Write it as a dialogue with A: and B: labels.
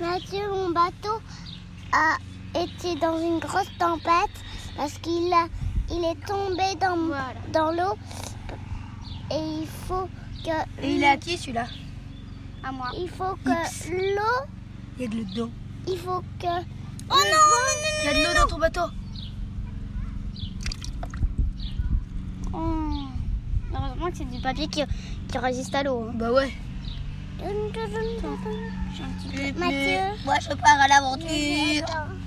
A: Mathieu, mon bateau a été dans une grosse tempête parce qu'il a- il est tombé dans,
B: Voilà.
A: dans l'eau et il faut que
C: Et il est à qui celui-là
B: À moi.
A: il faut que l'eau
C: Il y a de l'eau dedans.
A: il faut que
C: Oh non, Il y a de l'eau dans ton bateau.
B: Oh. Heureusement que c'est du papier qui, qui résiste à l'eau. hein.
C: Bah ouais.
A: Donne, donne, donne, donne.
B: J'ai un petit-
A: Mathieu.
C: Moi je pars à l'aventure.
A: Donne.